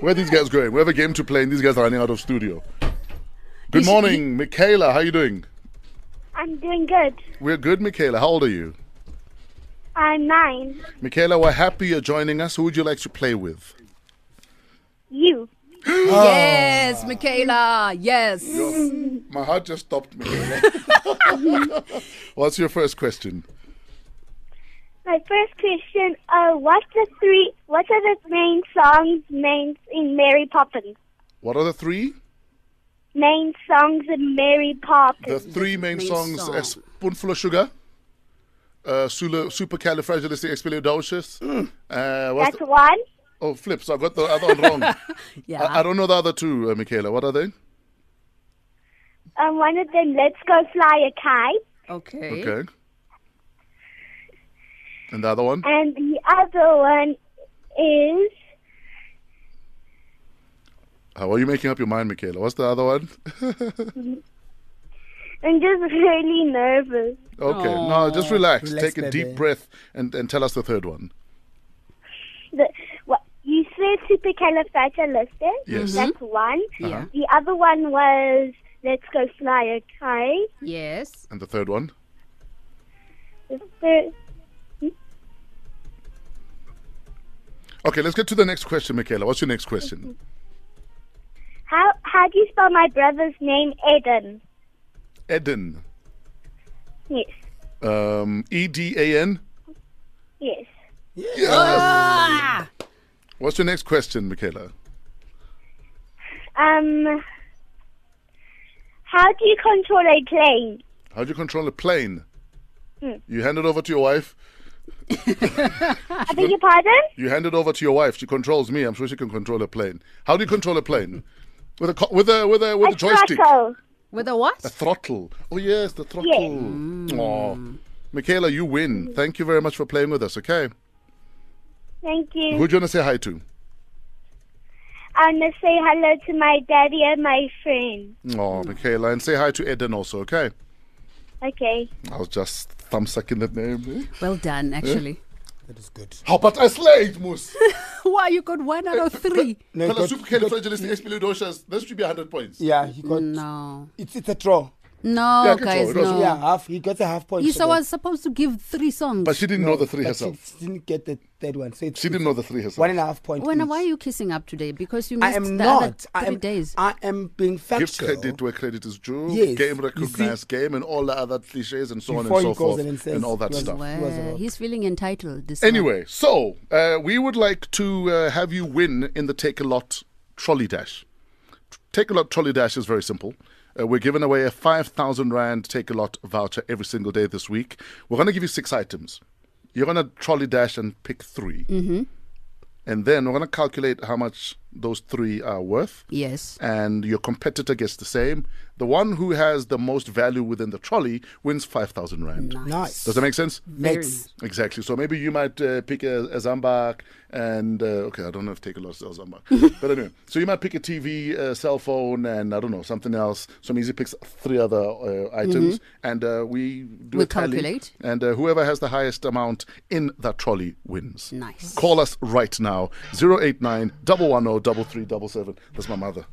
Where are these guys going? We have a game to play, and these guys are running out of studio. Good He's- morning, Michaela. How you doing? I'm doing good. We're good, Michaela. How old are you? I'm nine. Michaela, we're happy you're joining us. Who would you like to play with? You. Yes, Michaela. Yes. My heart just stopped, Michaela. What's your first question? My first question: uh, What's the three? What are the main songs names in Mary Poppins? What are the three? Main songs in Mary The Poppins. three main, main songs: song. A Spoonful of Sugar, uh, Sula, Supercalifragilisticexpialidocious. Uh, what's That's the, one. oh, flips! I've got the other one wrong. Yeah. I, I don't know the other two, uh, Michaela. What are they? Um, one of them, "Let's Go Fly a Kite," okay. Okay. And the other one? and the other one is How are you making up your mind, Michaela? What's the other one? I'm just really nervous. Okay, Oh, no, just relax. Relax, Take a baby. deep breath and, and tell us the third one. The, what, you said supercalifragilistic. Yes. That's one. Yeah. The other one was "Let's Go Fly a Kite." Yes. And the third one? The third, Okay, let's get to the next question, Michaela. What's your next question? How how do you spell my brother's name, Eden? Eden. Yes, Um, E D A N. yes. Ah! What's your next question, Michaela? Um, how do you control a plane? How do you control a plane? You hand it over to your wife. I beg your pardon? You hand it over to your wife. She controls me. I'm sure she can control a plane. How do you control a plane? With a co- with a with a with a, a joystick. throttle. With a what? A throttle. Oh yes, the throttle. Mm. Aw. Michaela, you win. Thank you very much for playing with us. Okay. Thank you. Who do you want to say hi to? I'm gonna say hello to my daddy and my friend. Oh, Michaela, and say hi to Eden also, okay? Okay. I was just thumb sucking that name. eh? Well done, actually. That is good. How about I slayed, Moose? Why you got one out of three? No, Fella, got- supercalifragilisticexpialidocious. That should be 100 points. yeah, he got. No. It's it's a draw. No, Yeah, control. guys, It was- no. Yeah, half. He got a half point. You for saw that. I was supposed to give three songs. But she didn't know the three But herself. She didn't get the third one. So it's, She didn't know the three herself. one and a half point. Wena, each. why are you kissing up today? Because you I missed am the other not. three I am. days. I am being Give factual. credit where credit is due. Yes, Game you see- recognized game and all the other cliches and so Before on he and so goes forth in and says all that it was stuff. Well, was about- he's feeling entitled. This one. Anyway, so uh, we would like to uh, have you win in the Take a Lot Trolley Dash. Tr- Take a Lot Trolley Dash is very simple. Uh, we're giving away a 5,000 Rand Take a Lot voucher every single day this week. We're going to give you six items. You're going to trolley dash and pick 3 Mm-hmm. And then we're going to calculate how much those three are worth. Yes. And your competitor gets the same. The one who has the most value within the trolley wins 5,000 Rand. Nice. Does that make sense? Makes Exactly. So maybe you might uh, pick a, a Zambak and, uh, okay, I don't know if take a lot of Zambak. but anyway, so you might pick a TV, uh, cell phone, and I don't know, something else. So Measy picks three other uh, items and uh, we do Mm-hmm. We a tally. calculate. And uh, whoever has the highest amount in that trolley wins. Nice. Call us right now 089 110 That's my mother.